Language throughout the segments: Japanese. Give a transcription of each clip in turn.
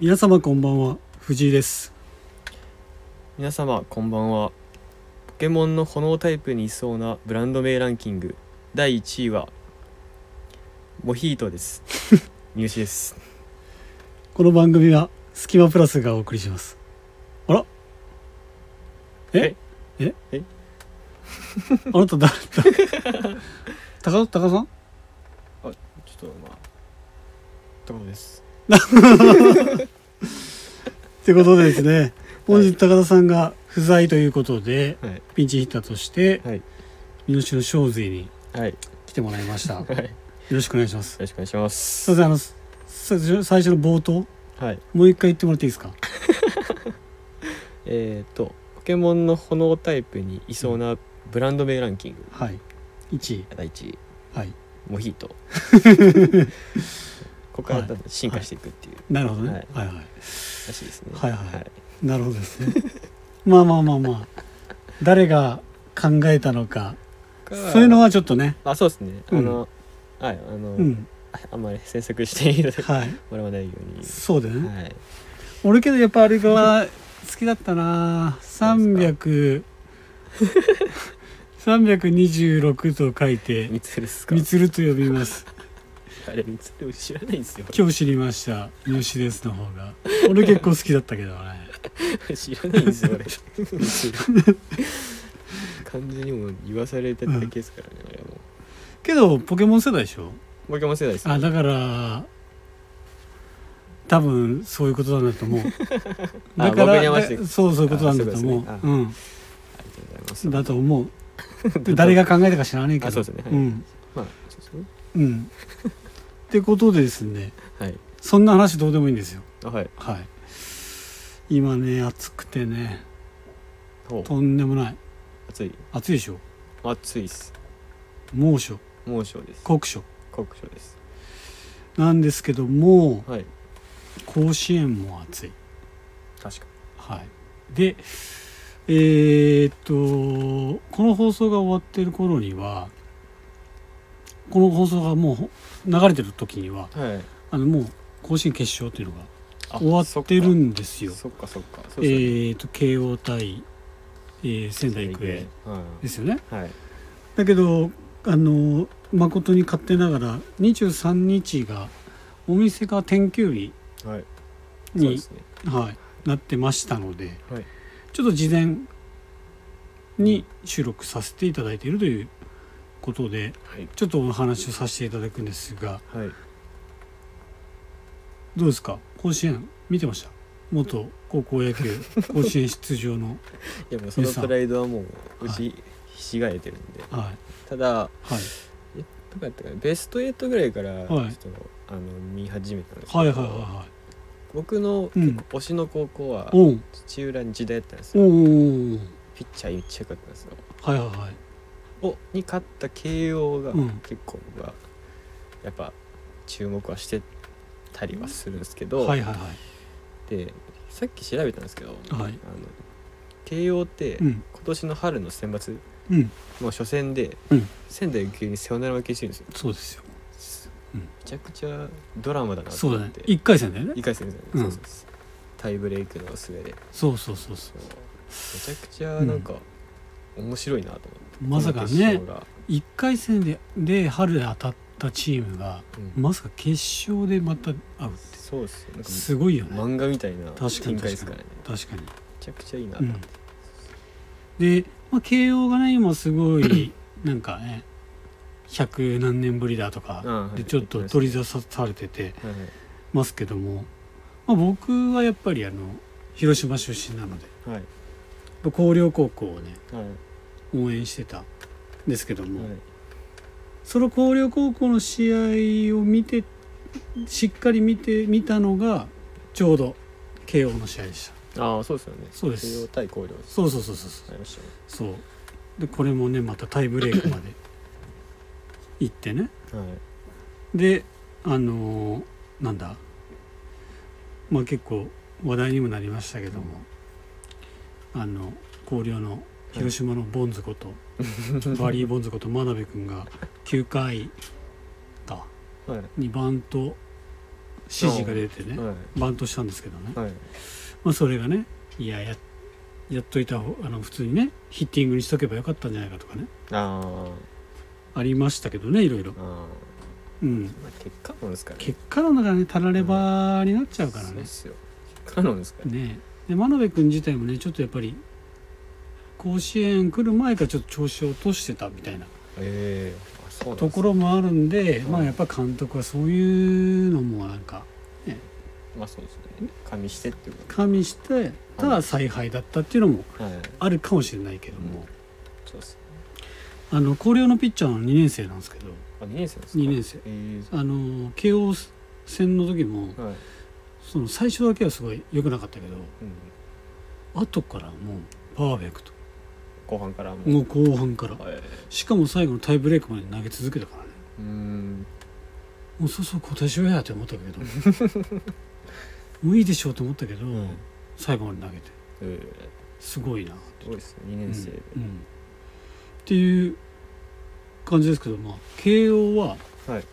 皆様こんばんは藤井です皆様こんばんはポケモンの炎タイプにいそうなブランド名ランキング第1位はモヒートです 入手ですこの番組はスキマプラスがお送りしますあらえええ あなた誰だ高高田さんちょっとまあところですということでですね本はい日高田さんが不在ということで、はいピンチヒッターとしてはい三好の正髄にはいよ来てもらいましたよはいろしくお願いしますろしくお願いしますいすませんあのさ最初最初の冒頭はいもう一回言ってもらっていいですかえっ、ー、とポケモンの炎タイプにいそうなブランド名ランキングはい1位第1位はいモヒー トここから多分進化していくっていうなるほどね、ははいいはいらしいですねはいはいなるほどですねまあまあまあまあ誰が考えたのかかそういうのはちょっとねあそうですね、うんあのはいあの、うんああんまり詮索して いただはいもらわないよそうだようにね、はい俺けどやっぱあれが好きだったな300 326と書いて三つです「かみつる」と呼びますあれ三つる知らないんですよ今日知りました「三好です」の方が俺結構好きだったけどね知らないんですよ俺三つる完全にもう言わされただけですからね、あれはもうけどポケモン世代でしょポケモン世代ですあだから多分そういうことなんだと思うだか僕に合らわせてだそうそういうことなんだと思うあうそありがと うございますんだと思うで誰が考えたか知らないけどあそうですねはいんまあそうですねうんってことでですねはいそんな話どうでもいいんですよあはいはい今ね暑くてねほうとんでもない暑い暑いでしょ暑いっす猛暑猛暑です酷暑酷暑ですなんですけどもはい甲子園も暑い確かはい、でえーっとこの放送が終わってる頃にはこの放送がもうほ流れてる時にははいあのもう甲子園決勝っていうのがあ終わってるんですよ。そっかそっかそっかそえうですよねーっと慶応対、えー仙台育英はいですよね。はいだけどあの誠に勝手ながら23日がお店が天休日はいそうでにすねはい、なってましたので、はいちょっと事前に収録させていただいているということではいちょっとお話をさせていただくんですがはいどうですか甲子園見てました元高校野 球甲子園出場のいやもうそのプライドはもううちひしがれてるんで、はいただはいどこやったかなベスト8ぐらいからちょはいっと、あの見始めたんですけど、はいはいはいは僕のうん結構推しの高校はいおん土浦日大だったんですおよ、んピッチャーめっちゃ良かったんですよはいはいはいおに勝った慶応がうん結構僕はやっぱ注目はしてたりはするんですけど、はいはいはでさっき調べたんですけど、あいのはい慶応ってう今ん年の春の選抜うんの初戦でうん仙台育英にサヨナラ負けしてるんですよそうですようんめちゃくちゃドラマだなとそう思だっねて、 1回戦だよね一回戦ですよね、うんそうそうそうタイブレイクの末でそうそうそうそうそうめちゃくちゃなんか面白いなと思って、まさかこの決ね勝が1回戦でで春で当たったチームがうんまさか決勝でまた会うってそうっすよなんかすごいよね漫画みたいな確かに展開ですからね確かに、めちゃくちゃいいなうと思っんて、、で、まあ、慶応がね今すごい なんかね百何年ぶりだとああかはいでちょっと取り出さされててはいはいますけども、まあ、僕はやっぱりあの広島出身なのではい広陵高校をねはい応援してたんですけども、はいその広陵高校の試合を見てしっかり見て見たのがちょうど慶応の試合でしたああそうですよねそうです慶応対高陵ですそうそうそうそうそうありましたねそうでこれもねまたタイブレークまで行ってねはいであのーなんだまあ結構話題にもなりましたけども、あの広陵の広島のボンズこと、バリー・ボンズこと真鍋君が9回かはい2番と指示が出てねはバントしたんですけどね、いはいまあ、それがねいやややっといた方あの普通にねヒッティングにしとけばよかったんじゃないかとかねあーありましたけどねいろいろあー、、まうん、あ、結果論ですからね結果論だからねたらればになっちゃうからそうねっ、すよ結果論ですからねねで真鍋君自体もねちょっとやっぱり甲子園来る前からちょっと調子を落としてたみたいなええあそうなんですところもあるんで、うんまあやっぱ監督はそういうのもなんかまあそうですね加味してっていうこ加味してた采配だったっていうのもとはいあるかもしれないけども、そうですねあの広陵のピッチャーの2年生なんですけどあ二年生ですか2年生ええあの慶応戦の時もはいその最初だけはすごい良くなかったけどうん後からもうパーフェクト後半からももう後半からはいしかも最後のタイブレークまで投げ続けたからねうーんもうそうそう今年はやって思ったけど もういいでしょうと思ったけど、ん最後まで投げてえすごいなえすごいですね二年生でうんうんっていう感じですけど、まあ、慶応は、はい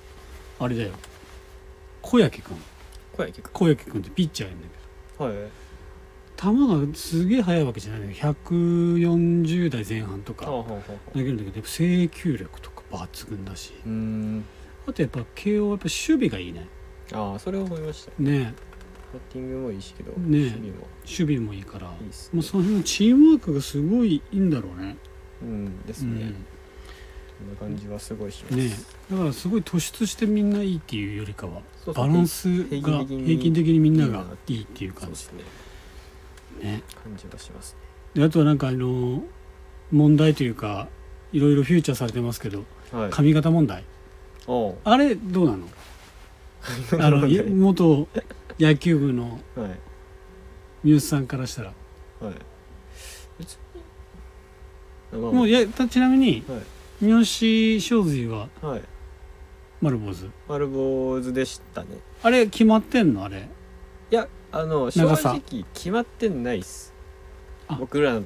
あれだよ小焼君声結小焼君ってピッチャーやんだけど構はい球がすげえ速いわけじゃないんだけど140代前半とああかはあはあはあ投げるんだけどやっぱ制球力とか抜群だしうーんあとやっぱ慶応はやっぱ守備がいいねああそれは思いましたねバッティングもいいしけどねえ守備も守備もいいからいいっすもねうその辺のチームワークがすごいいいんだろうねうんですねそんな感じはすごいしますねうん、だからすごい突出してみんないいっていうよりかはそうそバうランスが平均的に平均的にみんながいいっていうそう感でじすねね感じはしますであとはなんかあの問題というかいろいろフューチャーされてますけどねはい髪型問題おうあれどうなのあなのるい元野球部のほどねはい三好さんからしたらはい。別に。まあもういやたちなみにはい三好翔髄ははい。丸坊主丸坊主でしたね。あれ決まってんのあれいや、あの、正長さ直決まってないっすあ。僕らの、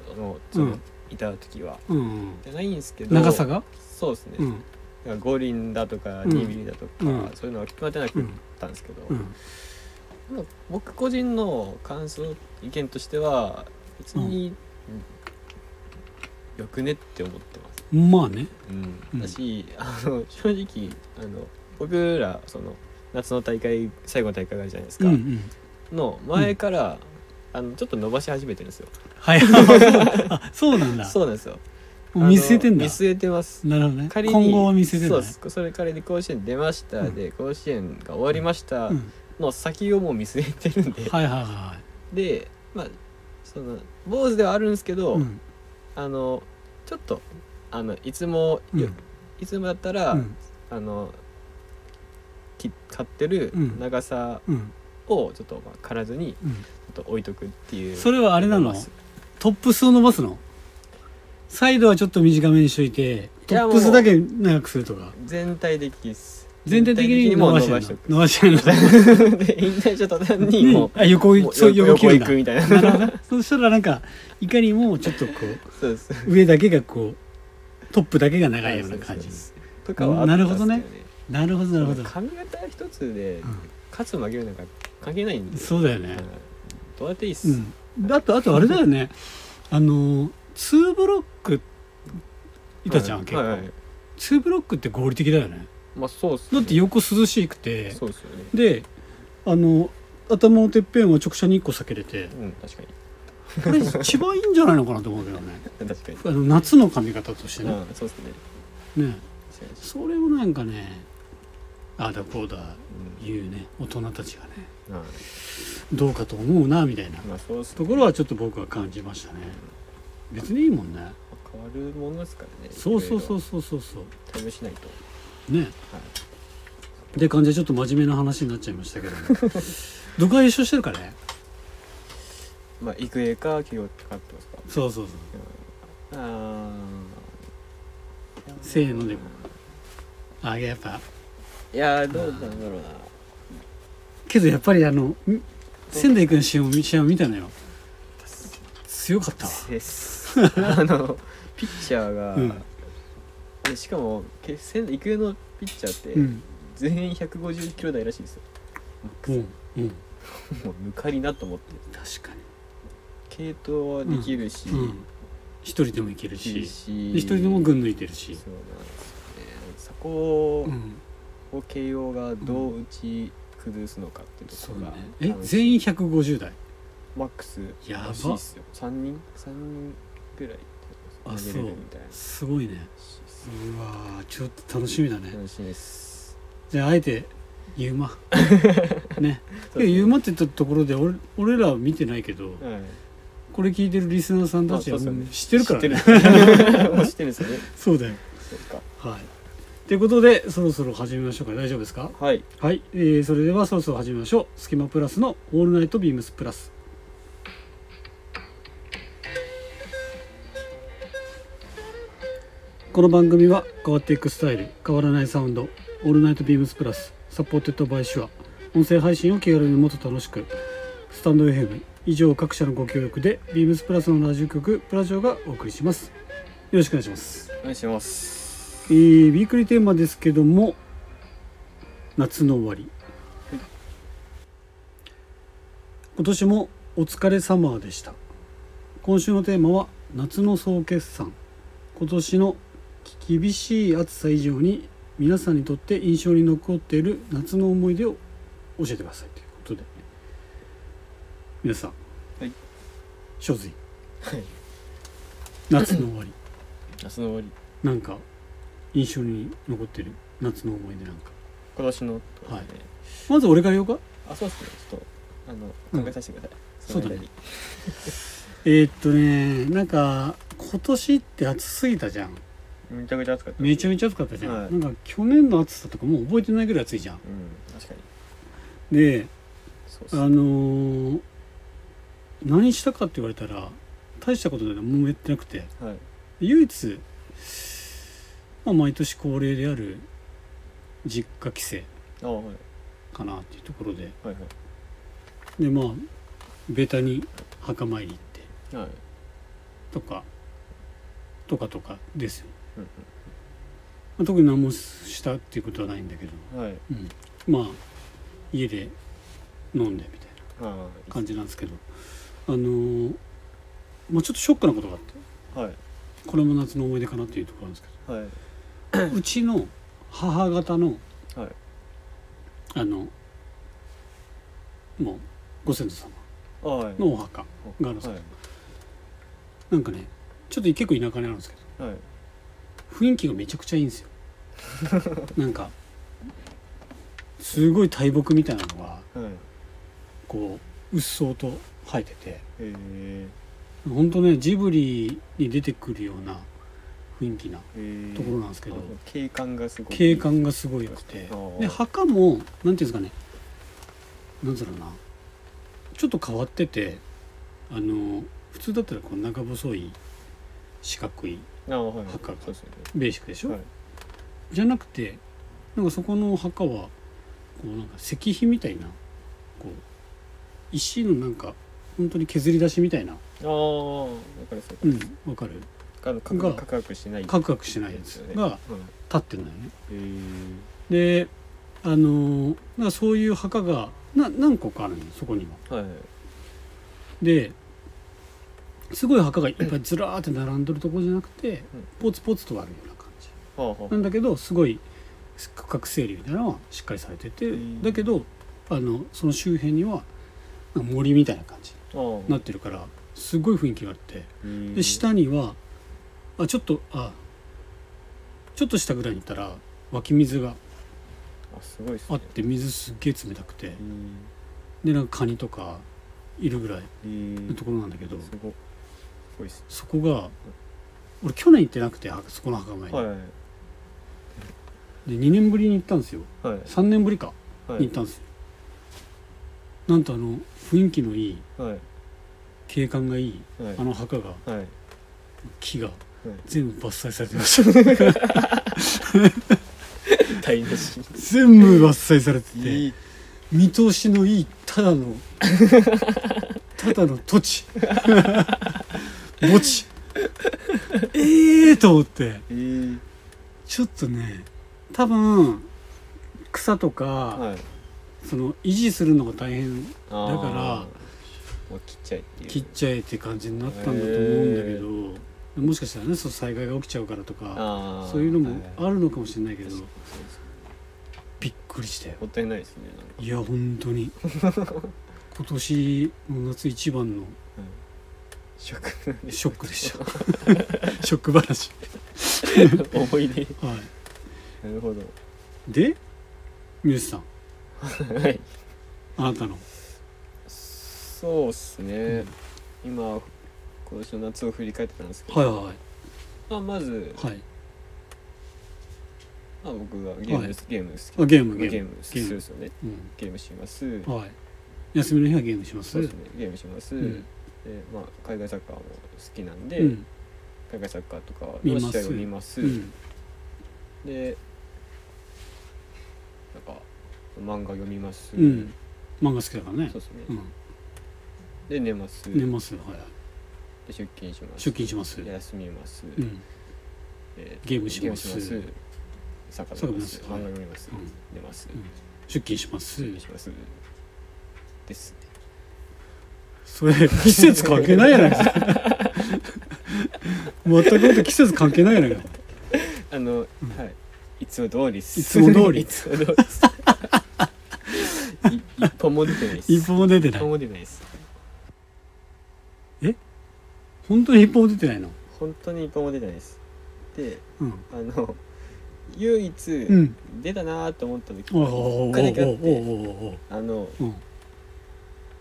その、うんいた時は。うんじゃないんですけど。長さ。がそうですね。うだかんら五輪だとか、うん二輪だとか、うんそういうのは決まってなうくっんたんですけど。うんまあ僕個人の感想、意見としては、別に。よくねって思ってます。まあねうんだし、あの正直あの僕らその夏の大会最後の大会があるじゃないですうか、んうんの前から、あのちょっと伸ばし始めてるんですよはいあそうなんだそうなんですよもう見据えてんあのだ見据えてますなるほどね仮に今後を見据えてんそうだでねすそれ仮に甲子園出ましたうんで、甲子園が終わりましたうんの先をもう見据えてるんで、はいはいはいはいでまあその坊主ではあるんですけど、うんあのちょっとあのいつも、うんいつもだったら、うんあのき買ってるうん長さうんをちょっとまあ刈らずにうんちょっと置いとくっていうそれはあれなのいトップスを伸ばすのサイドはちょっと短めにしといてトやップスだけ長くするとか全体的です全体的に伸ばしてん全だ体的に伸ばしてんだもう伸ば しとくで引退した途端にもあ横ういもうそう横切るん行だくみたいななるほどそしたらなんかいかにもちょっとこ そうですう上だけがこうトップだけが長いような感じそにうですとかはあったんですけなるほなるほどなるほど、髪型一つでう勝つ負けるなんか関係ないんん、でそうだよねうんどうやっていいっす、うんあとあとあれだよねあの2ブロックいたじゃん、はい結構、はいはい2ブロックって合理的だよねまあそうっすだねって横涼しくてそうっすよねであの頭のてっぺんは直射日光避けれてうん確かにこれ一番いいんじゃないのかなと思うけどね確かにあの夏の髪型としてね,、うんそうっすねね確かにそれをなんかねああだこうだう言うね大人たちがねんはいどうかと思うなみたいなまあそうっすねところはちょっと僕は感じましたね別にいいもんね変わるものですからねそうそうそううそうそうそう試しないとねはで感じでちょっと真面目な話になっちゃいましたけども どこが優勝してるかねいまあ育英か企業ってかってますかそうそうそうああせーのでもあいややっぱいやーどうなんだろうなけどやっぱりあのん仙台君の試合を見試合を見たのよ強かったわですあ のピッチャーが、うんでしかもけ仙育英のピッチャーってうん全員150キロ台らしいですようんうんもう抜かりなと思って確か系統はできるし、にうん一人でもいけるいいしし一人でも群抜いてるしそうなんですよねそこうんを慶応がどう打ち崩すのかっていうとそこうろがね、え楽しみ全員150代マックスやばらしいっすよ3人3人ぐらいあ投そうげれるみたいなすごいねうわーちょっと楽しみだね、楽しみですじゃああえてユー マねそいやうですねユーマって言ったところで俺俺らは見てないけどはいこれ聞いてるリスナーさんたちはあそうそうもねう知ってるからね知ってる もう知ってるんですよねそうだよそうかはいということでそろそろ始めましょうか大丈夫ですかはいはい、えーそれではそろそろ始めましょう「スキマプラス」の「オールナイトビームスプラス」この番組は変わっていくスタイル変わらないサウンド「オールナイトビームスプラス」サポーテッドバイシュア音声配信を気軽にもっと楽しくスタンド FM 以上各社のご協力でビームスプラスのラジオ局プラジオがお送りしますよろしくお願いします、お願いしますえー、ウィークリーテーマですけども夏の終わり今年もお疲れ様でした今週のテーマは夏の総決算今年の厳しい暑さ以上に皆さんにとって印象に残っている夏の思い出を教えてくださいということで皆さんはい正髄はい夏の終わり夏の終わりなんか印象に残ってる夏の思い出なんか今年のってことではいまず俺から言おうかあそうですねちょっとあうんの考えさせてください、そうだねの間にえーっとねなんか今年って暑すぎたじゃんめちゃくちゃ暑かっためちゃめちゃ暑かったじゃん、はいなんか去年の暑さとかもう覚えてないぐらい暑いじゃんうん確かにでそうっあすのー何したかって言われたら大したことないもうやってなくてはい唯一、まあ、毎年恒例である実家帰省あはいはいかなっていうところではいでまあベタに墓参り行ってはいとかとかとかですよ、うんうんまあ、特に何もしたっていうことはないんだけどはいはいまあ家で飲んでみたいなあ感じなんですけどあのーまあ、ちょっとショックなことがあってはいこれも夏の思い出かなっていうところなんです はいけどうちの母方の、はいあのもうご先祖様あはいのお墓があるんですけど、なんかねちょっと結構田舎にあるんですけどはいはい雰囲気がめちゃくちゃいいんですよなんかすごい大木みたいなのがはいこううっそうと生えててへえほんとねジブリに出てくるような雰囲気なへえところなんですけど、あ景観がすごい景観がすごい良くてあーで墓もなんていうんですかねなんつうのかなちょっと変わっててあの普通だったらこう長細い四角いあはいはい墓がそうですよねベーシックでしょ、はいじゃなくてなんかそこのお墓はこうなんか石碑みたいなこう石のなんか本当に削り出しみたいな、ああわかりそううん、わかるあの価が格価格しないカクカクしてないやつがうん立ってるんだよね。へえであのーなんかそういう墓がな何個かあるのそこには。はいですごい墓がいっぱいずらーって並んでるところじゃなくてうんポツポツとあるような感じ。はあはなんだけどすごい区画整理みたいなのはしっかりされてて、うんだけどあのその周辺にはなんか森みたいな感じにあああなってるからすごい雰囲気があってでで下にはあちょっとあちょっと下ぐらいに行ったら湧き水があすごいですあねって水すっげえ冷たくてうんでなんかカニとかいるぐらいへえのところなんだけどすごいすごいっすそこが俺去年行ってなくてはそこの墓参り、はいはいで2年ぶりに行ったんですよはい3年ぶりかには行いったんですよ、なんとあの雰囲気のいいはい景観がいいはいあの墓がはい木がはい全部伐採されてました 台無し全部伐採されてていい見通しのいいただ のただの土地墓地ええー、と思ってえー、ちょっとね多分草とか、はいその維持するのが大変あーだからもう切っちゃえっていう切っちゃえって感じになったんだと思うんだけど、もしかしたらねそう災害が起きちゃうからとかあーそういうのはもはあるのかもしれないけど、確かにそうですねびっくりしたよもったいないですねなんかいや本当に今年の夏一番の食ショックでした ショック話思 い出はなるほどいでミュースさんはいあなたのそうっすね、今今年の夏を振り返ってたんですけど、はいはまあ、まず、いはいまあ、僕がゲーム、はいゲーム好あゲームきゲゲームームするんですよねゲームしますうん、はい休みの日はゲームしますそうですねゲームします、うんでまあ、海外サッカーも好きなんで、うん海外サッカーとか見のます試合を見ますうんでなんか漫画読みます、うん漫画好きだからねそうですね、うんで寝ます、寝でますはいはい出勤します出勤しますで休みます、うんでゲームしますゲームしますサッカー見ますサッ漫カー画見ます読みます、うん寝ます、うん出勤します睡眠しますですねそれ季節関係ないやないですか 全くもって季節関係ないやないかあの、うんはいいつも通りですいつも通り いつも通りですい一歩も出てないです一歩も出てな一歩いも出てないです本当に一歩も出てないの本当に一歩も出てないですでうんあの唯一うん出たなーと思った時おうおうおうおうおうおう一回だけあっておうおうあのうん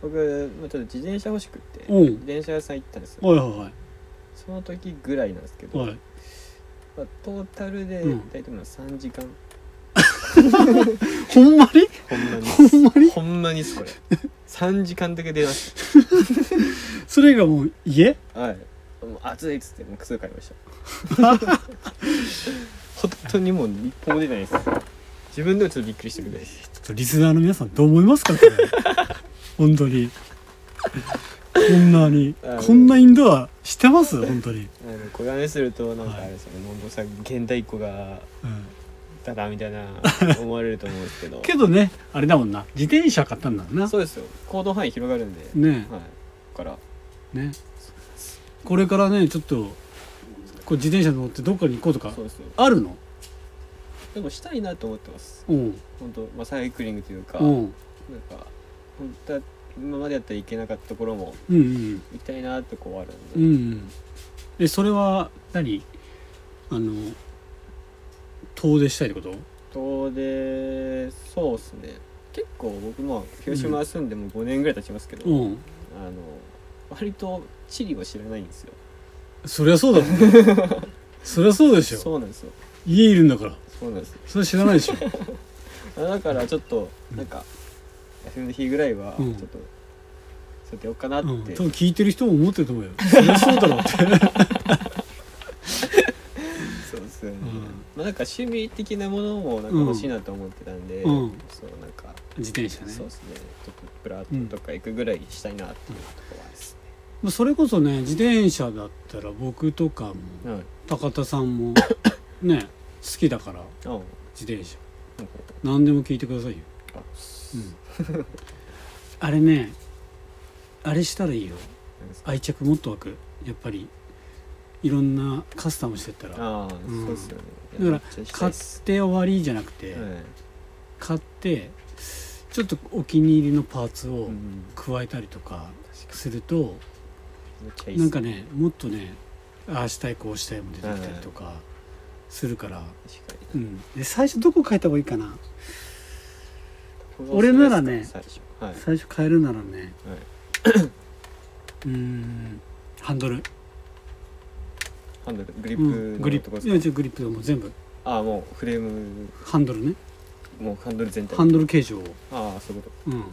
僕まあちょっと自転車欲しくってうん自転車屋さん行ったんですよはいはその時ぐらいなんですけいど、はいはいまあ、トータルでうん大体まあ3時 間、ほんまにほんまにほんまにほんまにっすこれ3時間だけ出ましそれがもう家たはいもう暑いっつってもう靴買いました 本当にもう一歩も出ないです自分でもちょっとびっくりしてくらいですちょっとリスナーの皆さんどう思いますかこれ 本当にこんなにあのこんなインドアしてます本当に、あの小金するとなんかはいあれですよね、のんぼさん現代っ子がうん、だだみたいな思われると思うんですけどけどねあれだもんな自転車買ったんだもんなそうですよ行動範囲広がるんで、ねはいだからねこれからねちょっとこう自転車乗ってどっかに行こうとかそうですよあるのでもしたいなと思ってますうん本当まあサイクリングというか、うなんんか本当は今までやったらいけなかったところもうんうん行きたいなってこうあるんで、うんうんえそれは何あの遠出したいってこと遠出そうっすね結構僕まあ広島住んでもう5年ぐらい経ちますけど、うんあの割と地理は知らないんですよそりゃそうだもんね そりゃそうでしょそうなんですよ家いるんだからそうなんですよそれ知らないでしょ あだからちょっとなんか休みの日ぐらいはちうょんっとそうやってようかなって、うん、多分聞いてる人も思ってると思うよそりゃそうだろうってそうですよね、うんまあなんか趣味的なものもなんか欲しいなと思ってたんで、うんそうなんか、自転車ねそうですねちょっとプラットとか行くぐらいしたいなっていうところはですまあそれこそね自転車だったら僕とかもね、はい高田さ んもね好きだからあなんか自転車なんか何でも聞いてくださいよ、あうん、あれねあれしたらいいよなんですか愛着もっと湧くやっぱりいろんなカスタムしてったらああ、うんそうですよねだからいやめっちゃ行きたい買っっすて終わりじゃなくて、はい買ってちょっとお気に入りのパーツをうん、加えたりとか確かすると、にめっちゃいいっすなんかねもっとねああしたいこうしたいも出てきたりとかするから、確かうん、で最初どこ変えた方がいいかなに俺ならね最初はい、はい、最初変えるならねうーんハンドルハンドルグリッうプんグリのッとプこいやでじすか、ゃあグリップでもう全部ああもうフレームハンドルねもうハンドル全体ハンドル形状を、ああそういうこうん、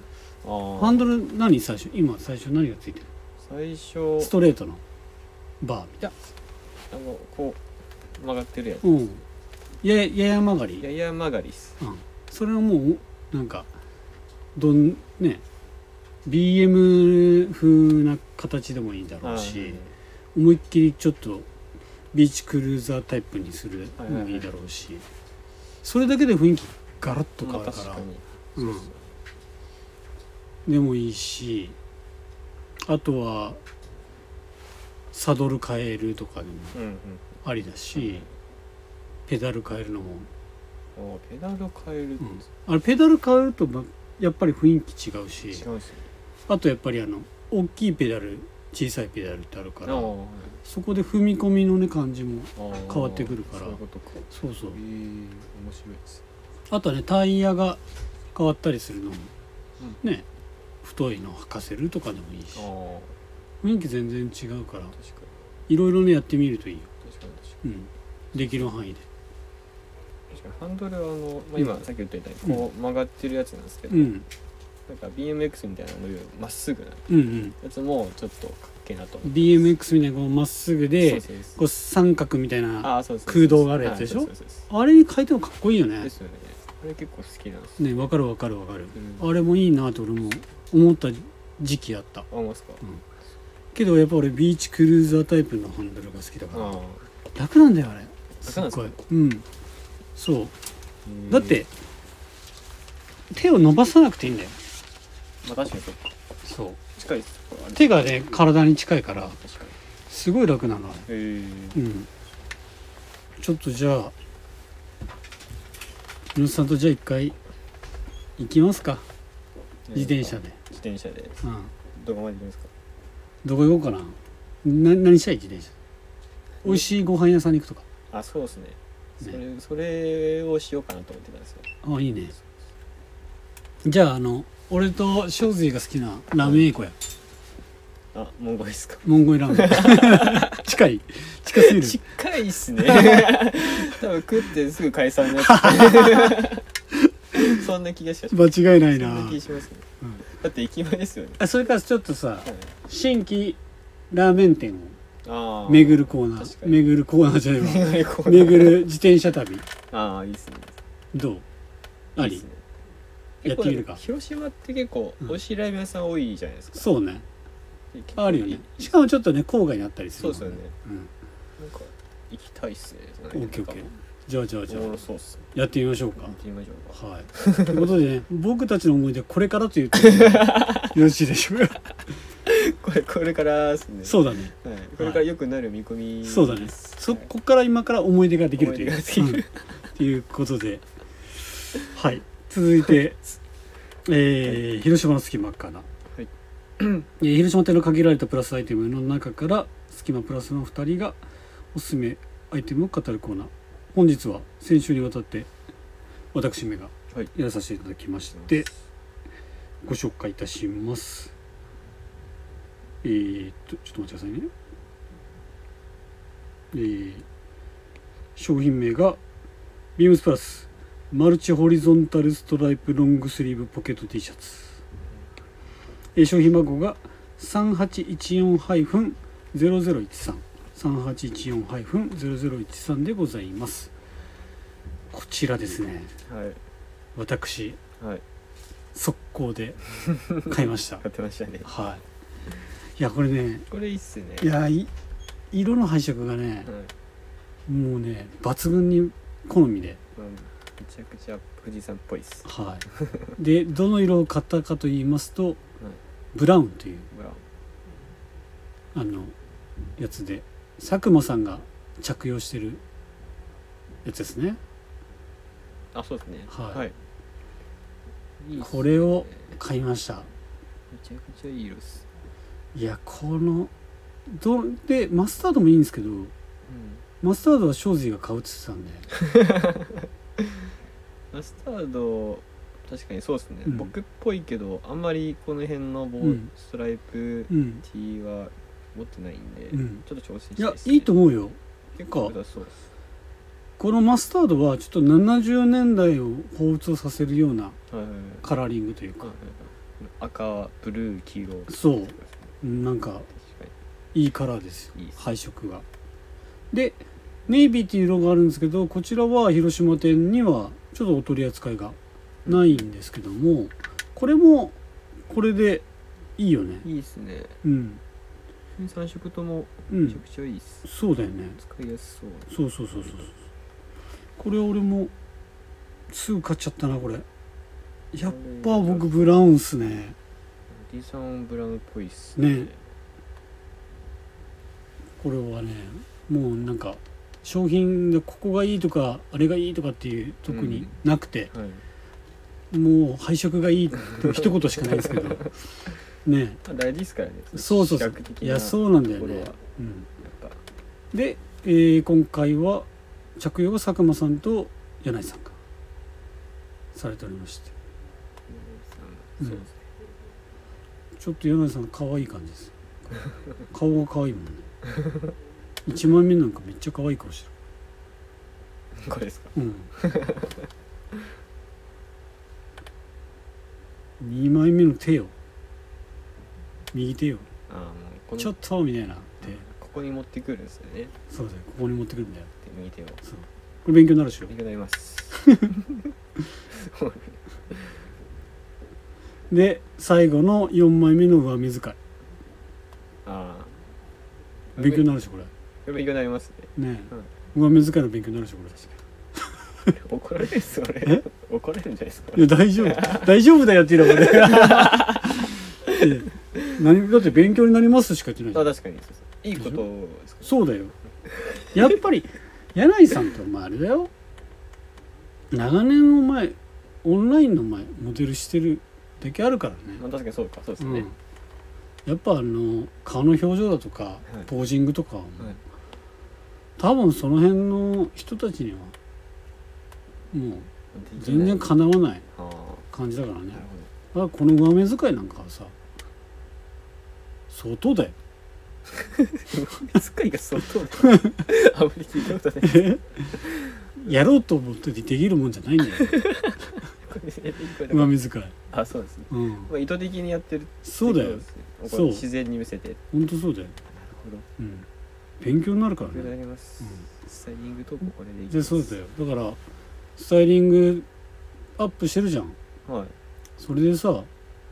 とああハンドル何最初今最初何がついてる最初ストレートのバーみたいあのこう曲がってるやつ、なうんやややや曲がりやや曲がりっすうん、それはもうなんかどんね BM 風な形でもいいだろうし思いっきりちょっとビーチクルーザータイプにするのもいいだろうし、それだけで雰囲気ガラッとと変わかるから確かに、うんそうでもいいしあとはサドル変えるとかでもうんうんありだしペダル変えるのも、おーペダル変えるうんあれペダル変えるとまやっぱり雰囲気違う違うしし、ね、あとやっぱりあの大きいペダル小さいペダルってあるかあらーそこで踏み込みのね感じもあー変わってくるからそういうことかへそうそうえ面白いですあとはねタイヤが変わったりするのも、うね太いの履かせるとかでもいいしああ雰囲気全然違うから確かいろいろねやってみるといいよ、に確かに確かうん、できる範囲でに確かにハンドルはあの、まあ、今さっき言ったみたいにこう曲がってるやつなんですけど、うんなんか BMX みたいなのよりまっすぐなうんやつもちょっとかっけえなとう思っん BMX みたいなこうまっすぐてでそうですこう三角みたいなああーそうですそう空です洞があるやつでしょはいそうすそうですれに変えてもかっこいいよねですよねあれ結構好きなんですねわかるわかるわかるうんあれもいいなと俺も思った時期あったあ思いますかけどやっぱ俺ビーチクルーザータイプのハンドルが好きだあからー楽なんだよあれ楽なんですっごかいうんそううんだって手を伸ばさなくていいんだよまあ確かにそうかそう近いですこれあれ手がね体に近いから確かにすごい楽なのあれへえうんちょっとじゃあムスさんとじゃあ一回行きますか自転車自で、転車でうん、どこまで行きますかどこ行こうかなな何したい自転車美味しいご飯屋さんに行くとかあそうですねそねれそれをしようかなと思ってたんですよあいいねじゃああの俺と正髄が好きなラーメンエコやあもうごいですかモンゴイラーメ ン近い近すぎる近いっ すね多分食ってすぐ解散になっちゃうそんな気がします間違いないそんなな気しますね、うんだって駅前ですよね、あそれからちょっとさはい、新規ラーメン店あをあ巡るコーナ確ーかに巡るコーナーじゃないわ 巡るコーナー巡る自転車旅ああいいっすねどうありややっっててみみるるかか広島って結構うん美味しいラーメン屋さん多いじゃないですか、そうね結構あるよねいいしかもちょっとね郊外にあったりするもんそうですよねうんなんか行きたいっすねオオッケーオッケーじゃあじゃあじゃあおもろそうっすねやってみましょうか行ってみましょうかはいということでね僕たちの思い出これからと言ってもよろしいでしょう かこれこれからですねそうだねはい、これから良くなる見込み、そうだねですそはいこから今から思い出ができるという思い出ができうるんということではい続いて、えー広島の隙間から、いえー広島店の限られたプラスアイテムの中から隙間プラスの2人がおすすめアイテムを語るコーナー本日は先週にわたって私めがはいやらさせていただきまして、ご紹介いたしますえー、っとちょっと待ってくださいねえー商品名がビームスプラスマルチホリゾンタルストライプロングスリーブポケット T シャツ、えー商品番号が3814-00133814-0013でございますこちらですねはい私はい速攻で買いま した買ってましたねはいいやこれねこれいいっすねいやい色の配色がねはいもうね抜群に好みでまあめちゃくちゃ富士山っぽいっすはいでどの色を買ったかと言いますと、ブラウンというブラウンあのやつで佐久間さんが着用してるやつですねあそうですねはいはい、いいっすねこれを買いましためちゃくちゃいい色っす、いやこのどでマスタードもいいんですけどうん、マスタードは庄司が買うって言ってたんでマスタード確かにそうですね、うん僕っぽいけどあんまりこの辺のボーうんストライプうん、 T は持ってないんで、うん、ちょっと挑戦しいたいやっすねいいと思うよ結構良さそうっすこのマスタードはちょっと70年代を彷彿させるようなはいはいはいカラーリングというかはいはい赤ブルー黄色そうなんか確かいいカラーですよにいいっす配色がでネイビーっていう色があるんですけどこちらは広島店にはちょっとお取り扱いがないんですけどもこれもこれでいいよねいいっすねうん3色ともうめちゃんくちゃいいっす、そうだよね使いやすそうそうそうそうそうそうこれ俺もすぐ買っちゃったなこれやっぱ僕ブラウンっすねディサンブラウンっぽいっすねこれはねもうなんか商品でここがいいとかあれがいいとかっていう特になくて、はいもう配色がいいって一言しかないですけ どねまあ大事ですからねそうそう視そう覚的いなやそうなんだよところはねやっ、うん、ぱで、えー今回は着用は佐久間さんと柳井さんがされておりましてううんんそうですねちょっと柳井さん可愛い感じです顔が可愛いもんね1枚目なんかめっちゃ可愛い顔してこれですかるうん2枚目の手よ右手よああもうこのちょっとみたいなってここに持ってくるんですよねでそうだよここに持ってくるんだよ右手をあそうこれ勉強になるでしょりがとうございます で最後の4枚目の上目遣ああい勉強になるでしょこれ勉強になりますねねえ、はい上目遣いの勉強になるでしょこ怒られるっすよねえ怒られるんじゃないですかれいや大丈夫大丈夫だよって言う のこれいや何だって勉強になりますしか言ってないじゃあん確かにそうそういいことですかそうだよやっぱり柳井さんってお前あれだよ長年お前オンラインの前モデルしてるだけあるからね、まあ確かにそうかそうですうんね、やっぱあの顔の表情だとか、いポージングとかはもう、はい多分その辺の人たちにはもう全然あかなわないあなる感じだからねほだからこの画面使いなんかはさ相当だよど使いが相当 だあんまり聞いたことないやろうと思ってできるもんじゃないんだよ これでいくら上目遣い、あそうですね、うん、まあ、意図的にやってるってこそうとだよですねこそう自然に見せてなるほんとそうだよ、ほどうん、勉強になるからこれでねあります、うんスタイリングとこれでいきまですそうだよだからスタイリングアップしてるじゃんはいそれでさ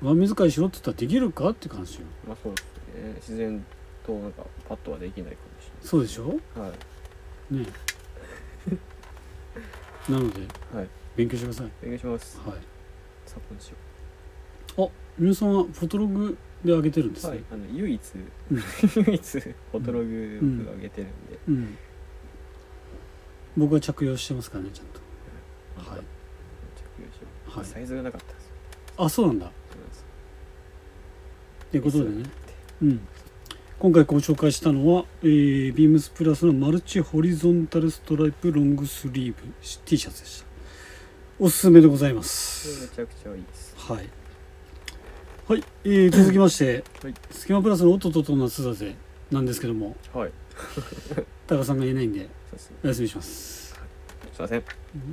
上目遣いしろって言ったらできるかって感じよまあそうですね自然となんかパッとはできないかもしそうでしょれないはいねえなので、はい勉強してくださいお願いしますはいサポンしよ皆さんはフォトログで上げてるんですうね、はいあの唯一、うん唯一フォトログを僕が上げてるんで、うん僕は着用してますからねちゃんとはい着用しようはいサイズがなかったんですよあそうなんだっそうなんですよていうことでねうん今回ご紹介したのは、えー、ビームスプラスのマルチホリゾンタルストライプロングスリーブ T シャツでしたおすすめでございまこれすめちゃくちゃいいですはい。はい、えー続きまして、はいスキマプラスのおっとっとっと夏だぜなんですけども、はい高さんがいないんで、そうですねお休みします。すいません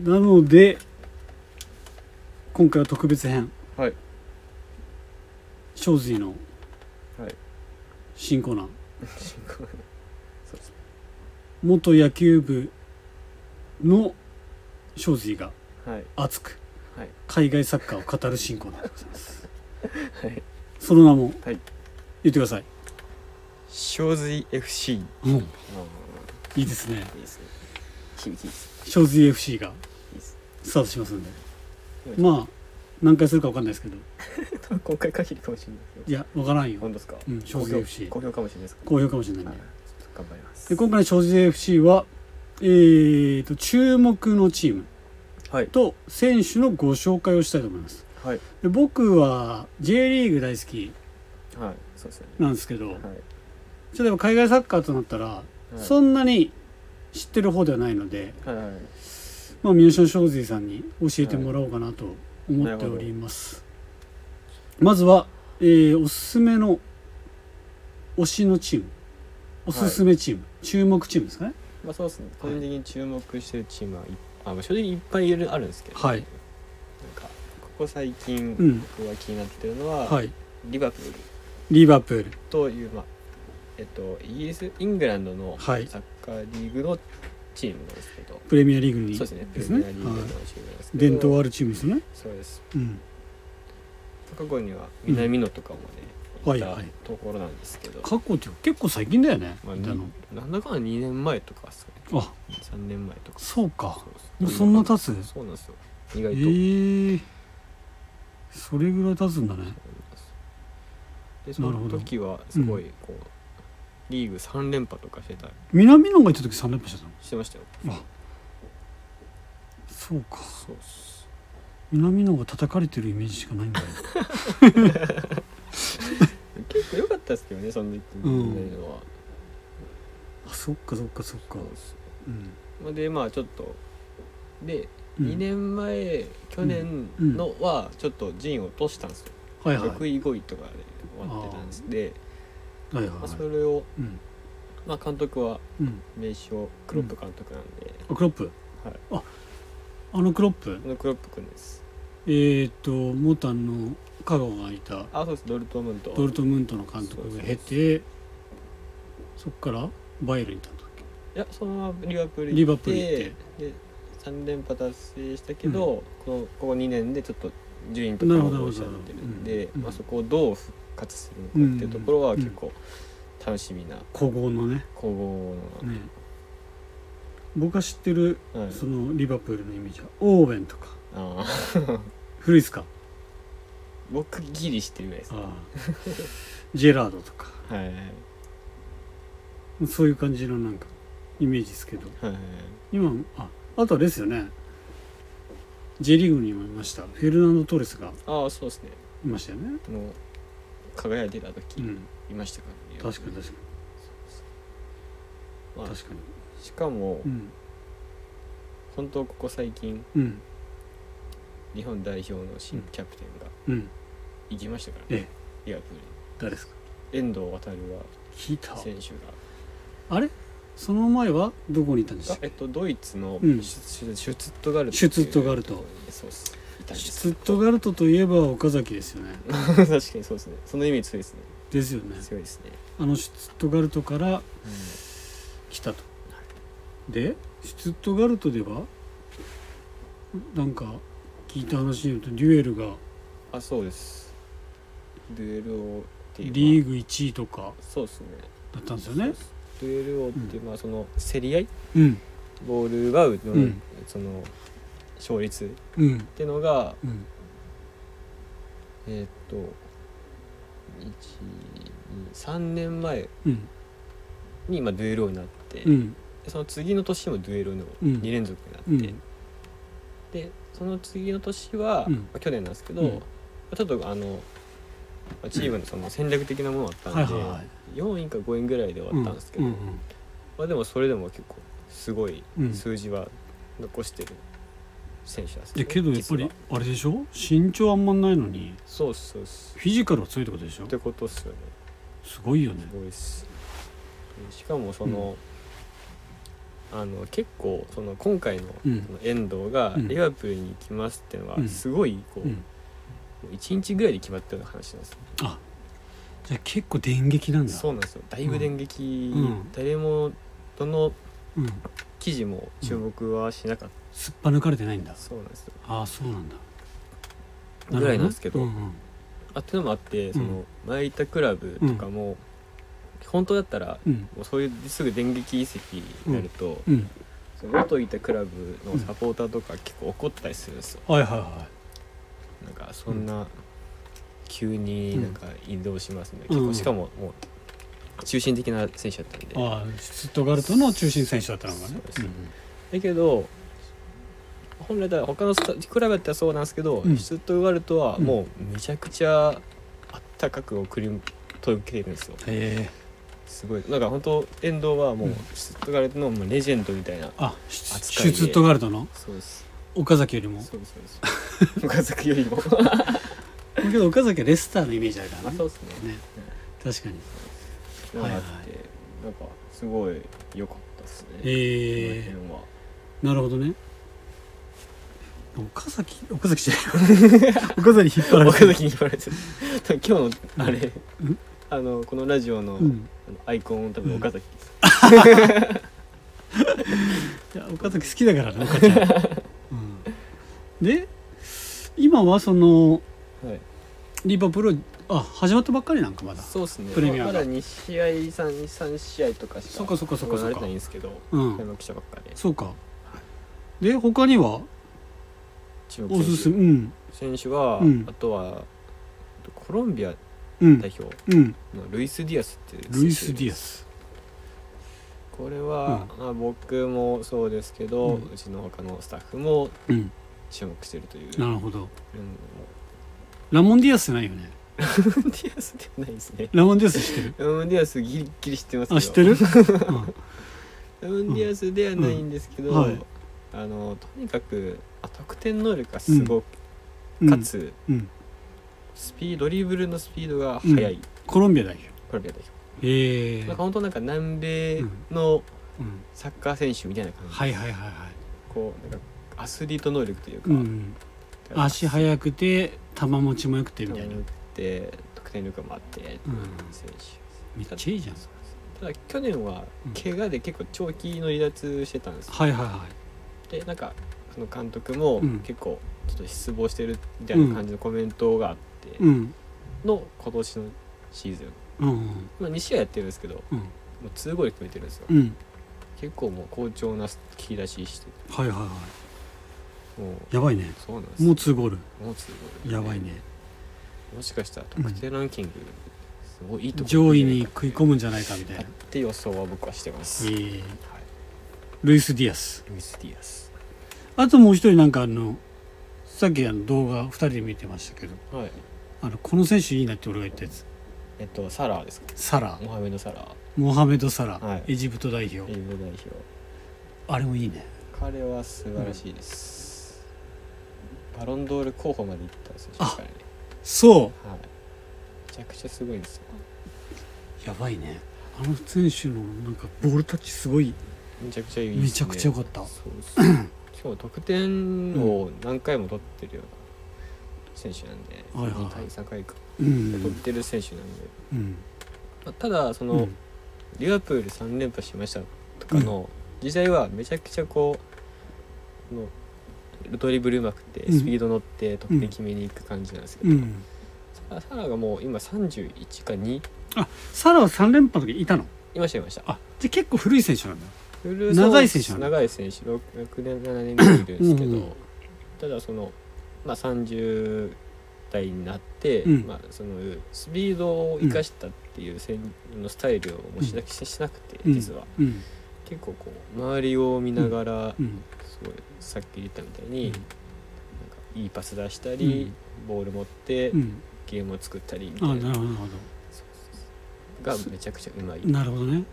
なので、今回は特別編。はい。ショーズイのはい新コーナ ー、進行そうです元野球部のショーズイがはい熱くはい海外サッカーを語る新コーナーでございます。はいその名も、はい言ってください。小髄 FC うん、いいですね。いいですね響きいいですショーズイ FC が。いいですスタートしますんではいまあ何回するか分かんないですけど今回限りかもしれないですいよや分からんよ本当ですかうん正直 FC 好評かもしれないですか好評かもしれないんはいでちょっと頑張りますで今回の正直 FC はえー、と注目のチームはいと選手のご紹介をしたいと思いますはいで僕は J リーグ大好きはいそうですよねなんですけどはいちょっとやっぱ海外サッカーとなったらはいそんなに知ってる方ではないので、はいはいまあ、三好の正直さんに教えてもらおうかなと思っております、まずは、えーおすすめの推しのチームおすすめチーム、注目チームですかねまあそうですね個人的に注目してるチームはいあまあ正直いっぱいいるあるんですけどはいなんかここ最近うん僕が気になってるのは、はいリバプールリバプールという、まあえっと、イギリスイングランドのサはいッカーリーグのチームなんですけど、プレミアリーグそうにですねですプレねミアリーグのはいチームなんですけど、伝統あるチームですよねそうですうん過去には南野とかもね、うんいたはいはいところなんですけど、過去って結構最近だよね、まあいたのなんだかんだ2年前とかですかねあ3年前とかそうかうもうそんな経つそうなんですよ意え外と、ー、それぐらい経つんだねそうなんですでそのなるほど時はすごいこう、リーグ3連覇とかしてた南野が行った時3連覇してたのしてましたよそうかそうっす南野が叩かれてるイメージしかないんだよ結構良かったですけどねその時期うんのは、 あそっかそっかそっかそうっすうんまあでまあちょっとで、うん2年前去年のはちょっと陣を落としたんですよ、はいはい6位5位とかで終わってたんですで、はいはいまあ、そはいれを、うんまあ、監督はうん名称クロップ監督なんで、あクロップはいああのクロップあのクロップ君ですえーっとモータンの香川がいたあそうですドルトムントドルトムントの監督が経てそっからバイエルンに行ったんだっけいやそのままリバプールリ行バっプール行っててで3連覇達成したけど、このここ2年でちょっと順位とかなるもほど落ちちゃってるんなるでほ、どうんまあ、そこをどう復活するのかっていうところは結構楽しみな古豪のね攻防ね僕が知ってるの、はい、そのリバプールのイメージはオーウェンとかあー 古いっすか僕ギリ知ってるぐらいです はああジェラードとかいはいそういう感じのなんかイメージですけどはい今ああとあれですよね J リーグにもいましたフェルナンド・トレスがああそうですねいましたよねあの輝いてたう時んいましたからね、確かに確かまあに確かにしかもうん本当ここ最近うん日本代表の新キャプテンがうん行きましたからね、えリバプールに誰ですか遠藤航は聞いた選手があれその前はどこにいたんでしたあっえっとドイツのうんシュ,シュ、シュツットガルトシュツットガルトそうっすいけたんでシュすツットガルトといえば岡崎ですよね 確かにそうですねその意味強いですねですよね強いですね、あのシュツットガルトから来たとでシュツットガルトではなんか聞いた話によるとデュエルがあそうですデュエル王っていうリグーグ1位とかそうですねだったんですよねデュエル王っていう、まあその競り合いうんボール奪うの、うんその勝率っうんてのがうんえーっと123年前うんに今デュエル王になって、うんでその次の年もデュエルのうん2連続になって、うんでその次の年は、うんまあ、去年なんですけど、うんちょっとあのまあチームのその戦略的なものがあはいったんはで、いはい4位か5位ぐらいで終わったんですけど、うんまあ、でもそれでも結構すごいうんうん数字は残してる選手なんですいやけどやっぱ実りはあれでしょ身長あんまないのにそうっすそうっすフィジカルは強いってことでしょってことっすよねすごいよねすごいっすでしかもその、あの結構その今回のうんその遠藤がうんリバプールに行きますっていうのうはんすごいこううんもう1日ぐらいで決まったような話なんですよあじゃあ結構電撃なんだそうなんですよだいぶ電撃、うん誰もどのうん記事も注目はしなかった、すっぱ抜かれてないんだそうなんですよああそうなんだぐらいなんですけど、うんうんあっていうのもあってその前いたクラブとかも、本当だったらうんもうそういうすぐ電撃移籍になると、うんその元いたクラブのサポーターとか結構怒ったりするんですよ、はいはいはなんかそんな急になんか移動しますね、うん結構しかももう中心的な選手だったんで、いああシュツットガルトの中心選手だったのがねそうですだけど本来だ他のスタクラブだったらそうなんですけど、うんシュツットガルトはもうめちゃくちゃあったかく送り届けるんですよへえすごいなんか本当遠藤はもううんシュツットガルトのもうレジェンドみたいなあシュツ扱いシでュツットガルトのそうです岡崎よりもそうですそうです岡崎より もだけど岡崎はレスターのイメージあるからあねそうですねね確かになんかあって、はいはいなんかすごい良かったですねええこの辺はなるほどね岡崎岡崎じゃ ない岡崎引っ張られて岡る崎に言われてる今日のあれ、うんあのこのラジオの,、うんあのアイコン多分岡崎です、いや岡崎好きだからね岡 ちゃん、うん、で今はそのはい、リバプールあ始まったばっかりなんかまだそうですねプレミアがまだ2試合 3, 3試合とかしかそっかそっかそっか行そわっれかてないんですけどうん開幕したばっかでそうかで他には中お国すす選めうん手選手は、うんあとはコロンビアうん代表うんのルイス・ディアスっていうルイス・ディアスこれは、まあ、僕もそうですけうど、うんちの他のスタッフもうん注目してるという、うん、なもるほどうラモン・ディアスじゃないよねディアスではないですねラモン・ディアス知ってるうん、ディアスギリギリ知ってますけどあ知ってる、 うん、ディアスではないんですけど、うんはいあのとにかくあ得点能力がすごく、うん、かつうん、うんスピードドリブルのスピードが速い、うコロンビア代表コロンビア代表、ええなんか本当なんか南米のうん、サッカー選手みたいな感じ、はいはいはいはいこうなんかアスリート能力というか、うん、足い速くて球持ちも良くてみみたたいいなな、って得点力もあって、選手めっちゃいいじゃんそうですただ去年はうん怪我で結構長期の離脱してたんですよ、はいはいはでなんかその監督もうん結構ちょっと失望してるみたいな感じのコメントがあって、いうんの今年のシーズン、うんうんまあ、2試合やってるんですけどもうんう2ゴール決めてるんですよ、うん結構もう好調な引き出ししてはいはいはてもういやばいねそうなんですもうよ2ゴールもう2ゴールやばいねもしかしたら得点ランキングすごいいいとこ上位に食い込むむんじゃないかみたいな、って予想は僕はしてます、えはーいルイス・ディアスルイス・ディアスあともう一人なんかあのさっきあの動画2人で見てましたけどはいあのこの選手いいなって俺が言ったやつえっとサラーですかサラモハメド・サラーモハメド・サラ、はいエジプト代英表語代表あれもいいね彼は素晴らしいです、バロンドール候補まで行ったんですよあ彼ねそはい、めちゃくちゃすごいんですようやばいねあの選手のなんかボールタッチすごいめちゃくちゃいいです、ね、めちゃくちゃ良かったそうそうしかも得点を何回も取ってるような選手なんで、はいはい2対3回かうん取ってる選手なんで、うんまあ、ただその、うんリバプール3連覇しましたとかの時代はめちゃくちゃこうこのドリブルうまくてうんスピード乗って得点決めに行く感じなんですけど、うんササラがもう今31か2サラは3連覇の時いたのいましたいましたあじゃあ結構古い選手なんだフル長い選手なの長い選手 6, 年7年ぐらいいるんですけうどんうんただその、まあ、30代になって、うんまあ、そのスピードを生かしたっていう戦のスタイルをもしなしなくて、うん実はうん結構こう周りを見ながら、うんすごいさっき言ったみたいに、うんなんかいいパス出したり、ボール持ってうんゲームを作ったりみたあいなるなほどなるほがめちゃくちゃうまいどなるほどね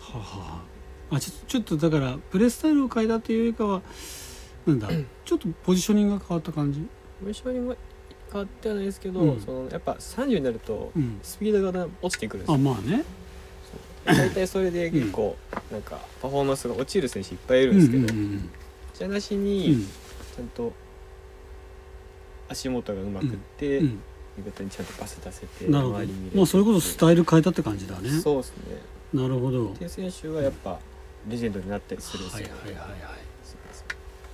はあはあはああちょちょっとだからプレースタイルを変えたというよりかはなんだちょっとポジショニングが変わった感じ印象にも変わってはないですけど、うんそのやっぱ30になるとうんスピードがだんだん落ちてくるんですあよまあねそう大体それで結構なんかパフォーマンスが落ちる選手いっぱいいるんですけど、うんうんじゃなしうにんちゃんと足元がうまくって、うん味方にちゃんとパス出せてうんなるほ周り見れどてまあそれこそスタイル変えたって感じだねそうですねなるほどっていう選手はやっぱレジェンドになったりするんではすいよ、はいはいはそうです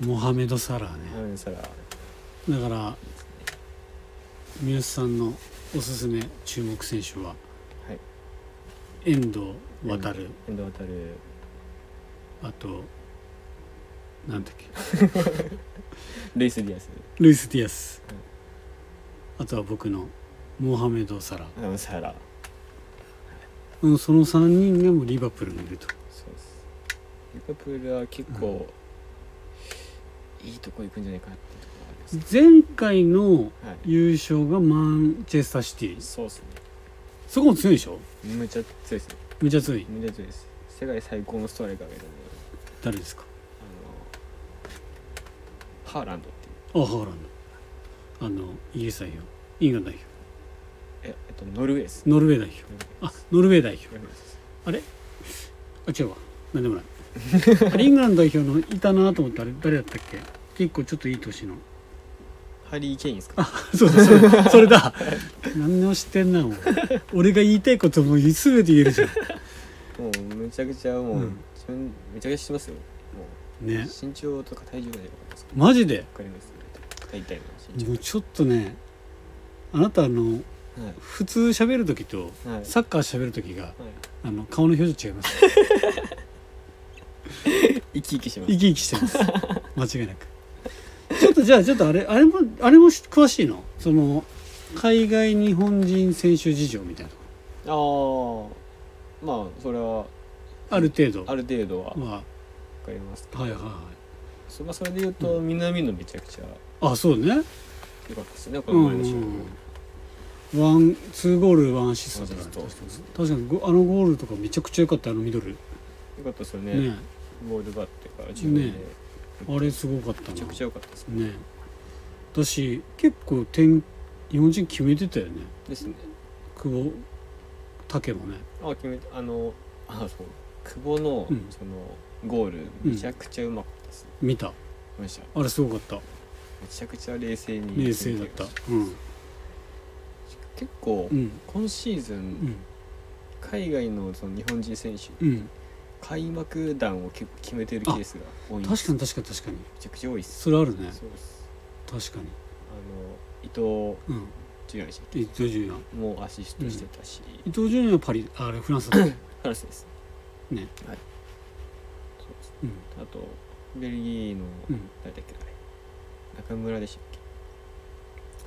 いモハメド・サラーねアメンサラーだから三好さんのおすすめ注目選手は、はい遠藤航る遠藤渡るあとなんだっけルイス・ディアスルイス・ディアス、あとは僕のモハメド・サラアメンサラーうんその3人がもうリバプールにいるとそうですリバプールは結構、いいとこ行くんじゃないかなっていうところがあります、前回のはい優勝がマンチェスターシティそうですねそこも強いでしょめっちゃ強いですねめちゃ強いめっちゃ強いです世界最高のストライカーがいるんで誰ですかあのハーランドっていうあハーランドあのイギリス代表イングランド代ええっとノルウェーです表ノルウェー代表ノルウェーあノルウェー代表ノルウェーですあ違うわ何でもないあれイングランド代表のいたなと思ってあれ誰だったっけ結構ちょっといい年のハリー・ケインですかそうそうそれ それだ何でも知ってんなもう俺が言いたいこともう全て言えるじゃんもうめちゃくちゃもう、うん自分めちゃくちゃ知ってますよもう、ね身長とか体重まで分かりますかマジで分かります大体の身もうちょっとねあなたあの長はい普通喋る時とはいサッカー喋る時がはいあの顔の表情違い ます生き生きします生き生きしてます間違いなくちょっとじゃあちょっとあれあれもあれも詳しいのその海外日本人選手事情みたいなとこあーまあそれはある程度ある程度は分はかりますけどはいはいはいそ,、まあ、それで言うと南野めちゃくちゃあそうね良かったですねこうのん前の試合も、うんワンツーゴールワンアシストだアシねスト確かにごあのゴールとかめちゃくちゃ良かったあのミドル良かったですよねねボールがあってから自分で、ねあれすごかっためちゃなくちゃ良かったですねねだし結構点日本人決めてたよねですね久保武もねあ決めてあのあそう久保の、うんそのゴールめちゃくちゃうまかったですね、見たごめんなさいあれすごかっためちゃくちゃ冷静に冷静だったうん結構、うん今シーズン、うん海外のその日本人選手うん開幕弾を結構決めてるケースが多いんです確かに確かに確かにめちゃくちゃ多いっすそれあるねそうっす確かにあの伊藤うん純也でしたっ伊藤純也けもうアシストしてたし、伊藤純也はパリあれフランス だったフランスですねはいそうっすうんあとベルギーのうん誰だっけあれ中村でし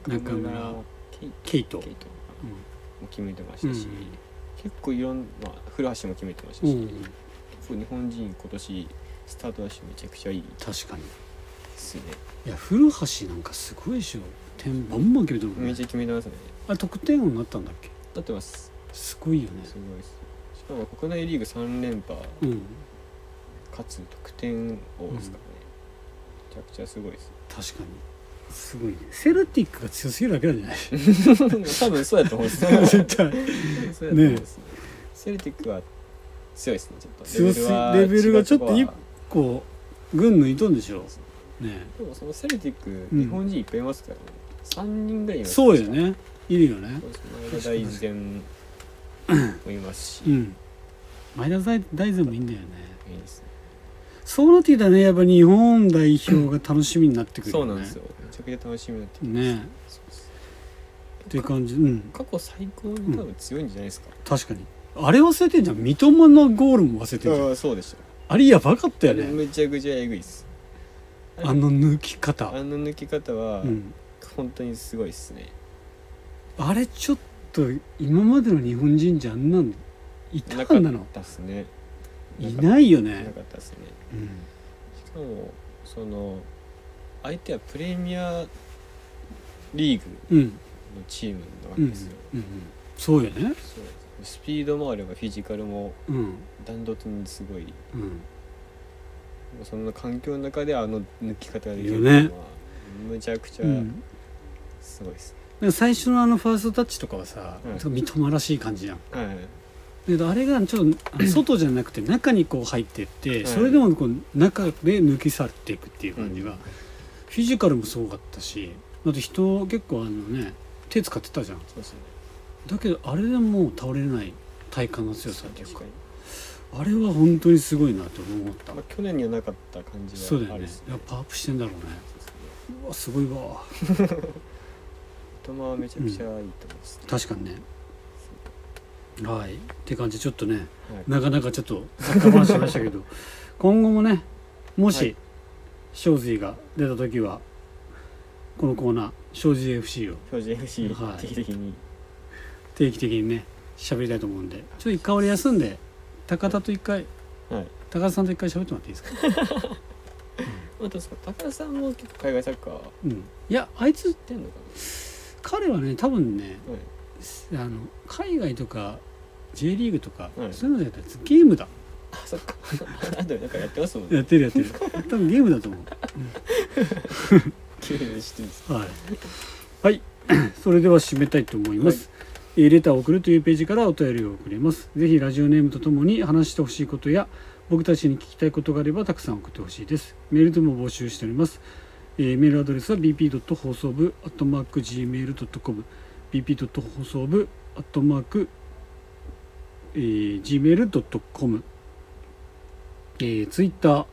たっけ中村ケイケイトケイトうもん決めてましたし、うん結構いろんな、まあ、古橋も決めてましたし、うん結構日本人今年スタートダッシュめちゃくちゃいいで確かにすねいや古橋なんかすごいでしょ点バンバン決めてるもんめねっちゃ決めてますねあれ得点王になったんだっけなってますすごいよねすごいですしかも国内リーグ3連覇うんかつ得点王ですからね、めちゃくちゃすごいです 確かにすごいねセルティックが強すぎるだけなんじゃない多分そうやと思うんです ねそ うや絶対と思うんですねセルティックは強いですねちょっと強すはレベルがちょっと違うこはこう群抜いとんでしょねでもそのセルティック、うん日本人いっぱいいますからね3人ぐらいいますそうよねいるよねそうです前田大然もいますし、うん前田大大然もいいんだよねいいですねそうなってきたらねやっぱ日本代表が楽しみになってくるそようねなんですよめちゃくちゃ楽しみになってきますねそうですっていう感じうん過去最高に多分強いんじゃないですか、確かにあれ忘れてんじゃん三笘のゴールも忘れてんじゃんああそうでしたあれやばかったよねめちゃくちゃえぐいっすあの抜き方あの抜き方はうん本当にすごいっすね、あれちょっと今までの日本人じゃあんなのいなたかんなっのたっすねいいないよなねかったっすねうんしかもその相手はプレミアリーグうんのチームなわうけんですよ、うんそうよねそうスピードもあればフィジカルもうんダントツにすごいうんその環境の中であの抜き方ができるいいよねのはむちゃくちゃうんすごいっすね、でも最初のあのファーストタッチとかはさ、うん三笘らしい感じじゃんはいだけどあれがちょっとあの外じゃなくて中にこう入ってって、んそれでもこう中で抜き去っていくっていう感じが、うんフィジカルもすごかったしだって人結構あのね手使ってたじゃんそうですねだけどあれでもう倒れない体幹の強さっていう確かかにあれは本当にすごいなと思った、まあ、去年にはなかった感じそうだはよあるねっすやっねぱアップしてんだろうねうわすごいわ三笘はめちゃくちゃいいと思います、確かにねはいって感じでちょっとねはいなかなかちょっとサッカー話しましたけ ど今後もねもはしい庄司、が出た時はこのコーナー庄司 FC を標準 FC はい定期的に、定期的にね喋りたいと思うんでちょっと一回俺休んで高田と一回はい高田さんと一回喋ってもらっていいですか、まあ、確か高田さんも結構海外サッカーやうん、いやあいつってんのか彼はね多分ねな、はい、あの海外とか J リーグとか、はいそういうのじゃなくてゲームだあそっか あでもなんかやってますもんねやってるやってる 多分ゲームだと思急にしてるんですうはい、はい、 それでは締めたいと思います、えーレターを送るというページからお便りを送れますぜひラジオネームとともに話してほしいことや僕たちに聞きたいことがあればたくさん送ってほしいですメールでも募集しております、えーメールアドレスは bp. 放送部 gmail.com bp. 放送部 gmail.com えー、ツイッター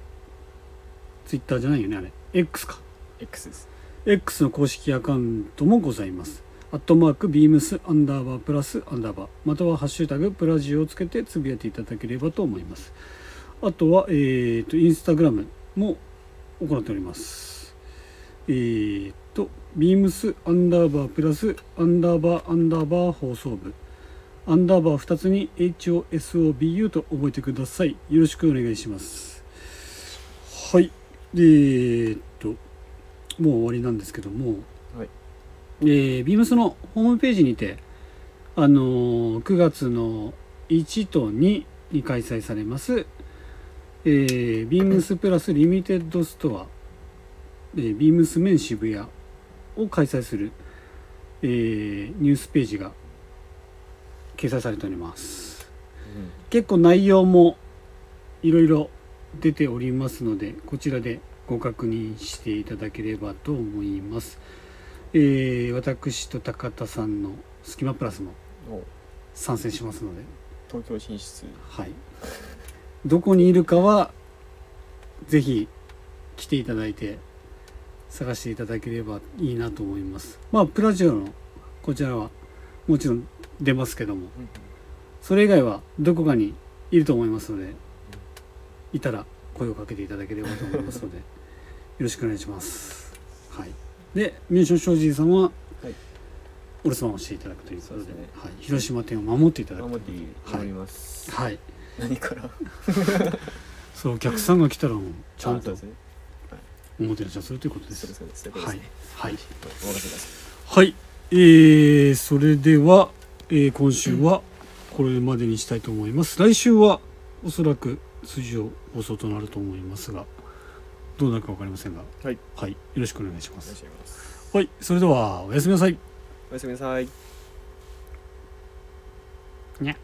ツイッターじゃないよねあれ X か X です X の公式アカウントもございます。アットマークビームスアンダーバープラスアンダーバーまたはハッシュタグプラジオをつけてつぶやいていただければと思います。あとは、えー、とインスタグラムも行っております。えー、トビームスアンダーバープラスアンダーバーアンダーバー放送部アンダーバー2つに HOSOBU と覚えてくださいよろしくお願いしますはいでえーっともう終わりなんですけども、はいえー、ビームスのホームページにてあのー9月の1と2に開催されます、えー、ビームスプラスリミテッドストア、えー、ビームスメン渋谷を開催する、えーニュースページが掲載されております結構内容もいろいろ出ておりますのでこちらでご確認していただければと思います、えー私と高田さんの「スキマプラス」もうんお参戦しますので東京進出はい、どこにいるかはぜひ来ていただいて探していただければいいなと思いますまあプラジオのこちらはもちろん出ますけどもそれ以外はどこかにいると思いますのでいたら声をかけていただければと思い ますのでよろしくお願いしますはいでミュージション庄司さんは、いお留守番をしていただくということでそうですねはい、広島店を守っていただく守っております、はい何からそうお客さんが来たらもうちゃんそうとですねおもてなしをするということで。そうですすねそういうことはでいすねはいお任せくださはい、えー、それでは、えー今週はこれまでにしたいと思います。来週はおそらく通常放送となると思いますが、どうなるかわかりませんが、はい、よろしくお願いしまいいらっす。しゃいますはい、それではおやすみなさい。おやすみなさいにゃ